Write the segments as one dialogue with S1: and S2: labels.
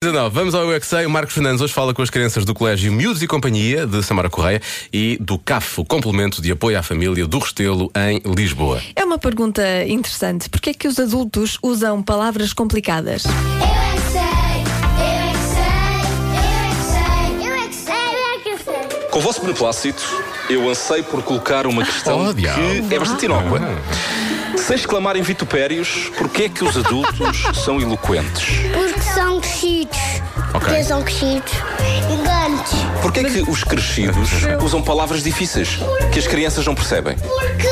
S1: 19. Vamos ao Eu é Que Sei. O Marcos Fernandes hoje fala com as crianças do Colégio Miúdos e Companhia de Samara Correia e do CAF, o Complemento de Apoio à Família do Restelo, em Lisboa.
S2: É uma pergunta interessante. Porquê é que os adultos usam palavras complicadas?
S3: Eu é que sei, eu é que sei, eu é que sei, eu é que sei, eu é que sei.
S4: Com o vosso beneplácito, eu ansei por colocar uma questão
S1: Oh,
S4: que
S1: diabo.
S4: é bastante inócua. Se exclamarem vitupérios, porquê é que os adultos são eloquentes?
S3: Porque são crescidos.
S1: Ok. Porque
S3: são crescidos. Gigantes.
S4: Porquê é que os crescidos usam palavras difíceis que as crianças não percebem?
S3: Porque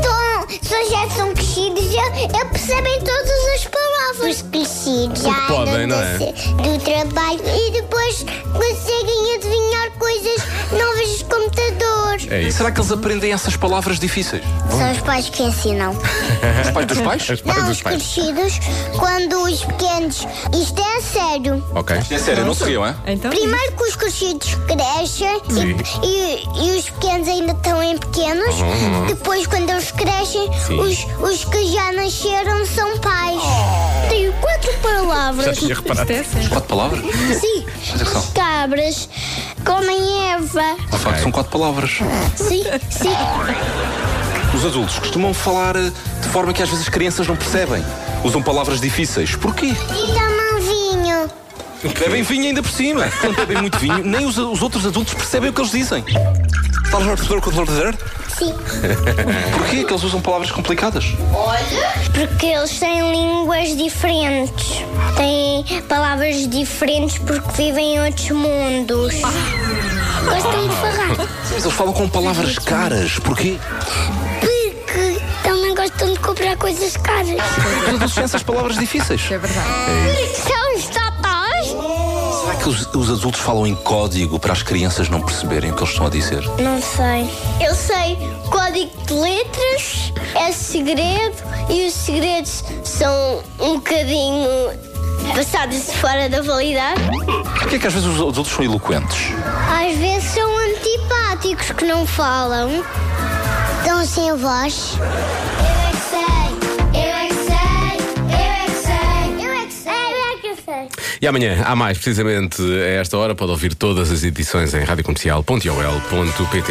S3: tão, se já são crescidos, já, já percebem todas as palavras. Os crescidos já
S1: podem,
S3: andam
S1: não é?
S3: desse- do trabalho e depois conseguem adivinhar coisas novas de computadores.
S1: É isso.
S4: Será que eles aprendem essas palavras difíceis?
S3: São os pais que ensinam.
S4: Os pais dos pais?
S1: As pais
S3: Não,
S1: dos
S3: os
S1: pais.
S3: crescidos, quando os pequenos. Isto é sério.
S1: Ok.
S4: É sério, não seriam, é?
S2: Então,
S3: Primeiro que os crescidos crescem
S1: Sim.
S3: e, e- e os pequenos ainda estão em pequenos. Depois, quando eles crescem,
S1: Sim.
S3: os, os que já nasceram são pais. Tenho quatro
S1: Já
S3: palavras.
S1: tinha reparado.
S2: Tessa,
S4: Quatro palavras?
S3: Sim.
S4: é que são?
S3: As cabras comem Eva.
S4: De facto, são quatro palavras.
S3: Sim, sim.
S4: Os adultos costumam falar eh, de forma que às vezes as crianças não percebem. Usam palavras difíceis. Porquê?
S3: E tomam vinho.
S4: Bebem vinho ainda por cima. Quando bebem muito vinho, nem os, os outros adultos percebem o que eles dizem. Estás a perceber o que eu estou a dizer?
S3: Sim.
S4: Porquê é que eles usam palavras complicadas?
S3: Porque eles têm línguas diferentes. Têm palavras diferentes porque vivem em outros mundos. Gostam de farrar.
S4: Mas eles falam com palavras caras. Porquê?
S3: Porque também gostam é um de comprar coisas caras.
S4: Os adultos têm essas palavras difíceis.
S2: é verdade.
S3: Porque são os tatás?
S4: Será que os, os adultos falam em código para as crianças não perceberem o que eles estão a dizer?
S3: Não sei. Eu sei código de letras, é segredo e os segredos são um bocadinho passados fora da validade.
S4: Porquê é que às vezes os adultos são eloquentes?
S3: Às vezes são antipáticos que não falam. Estão sem voz. Eu é que sei, eu é que sei, eu é que sei, eu é que sei, eu é que sei.
S1: E amanhã, há mais, precisamente a esta hora, pode ouvir todas as edições em radiocomercial.ol.pt.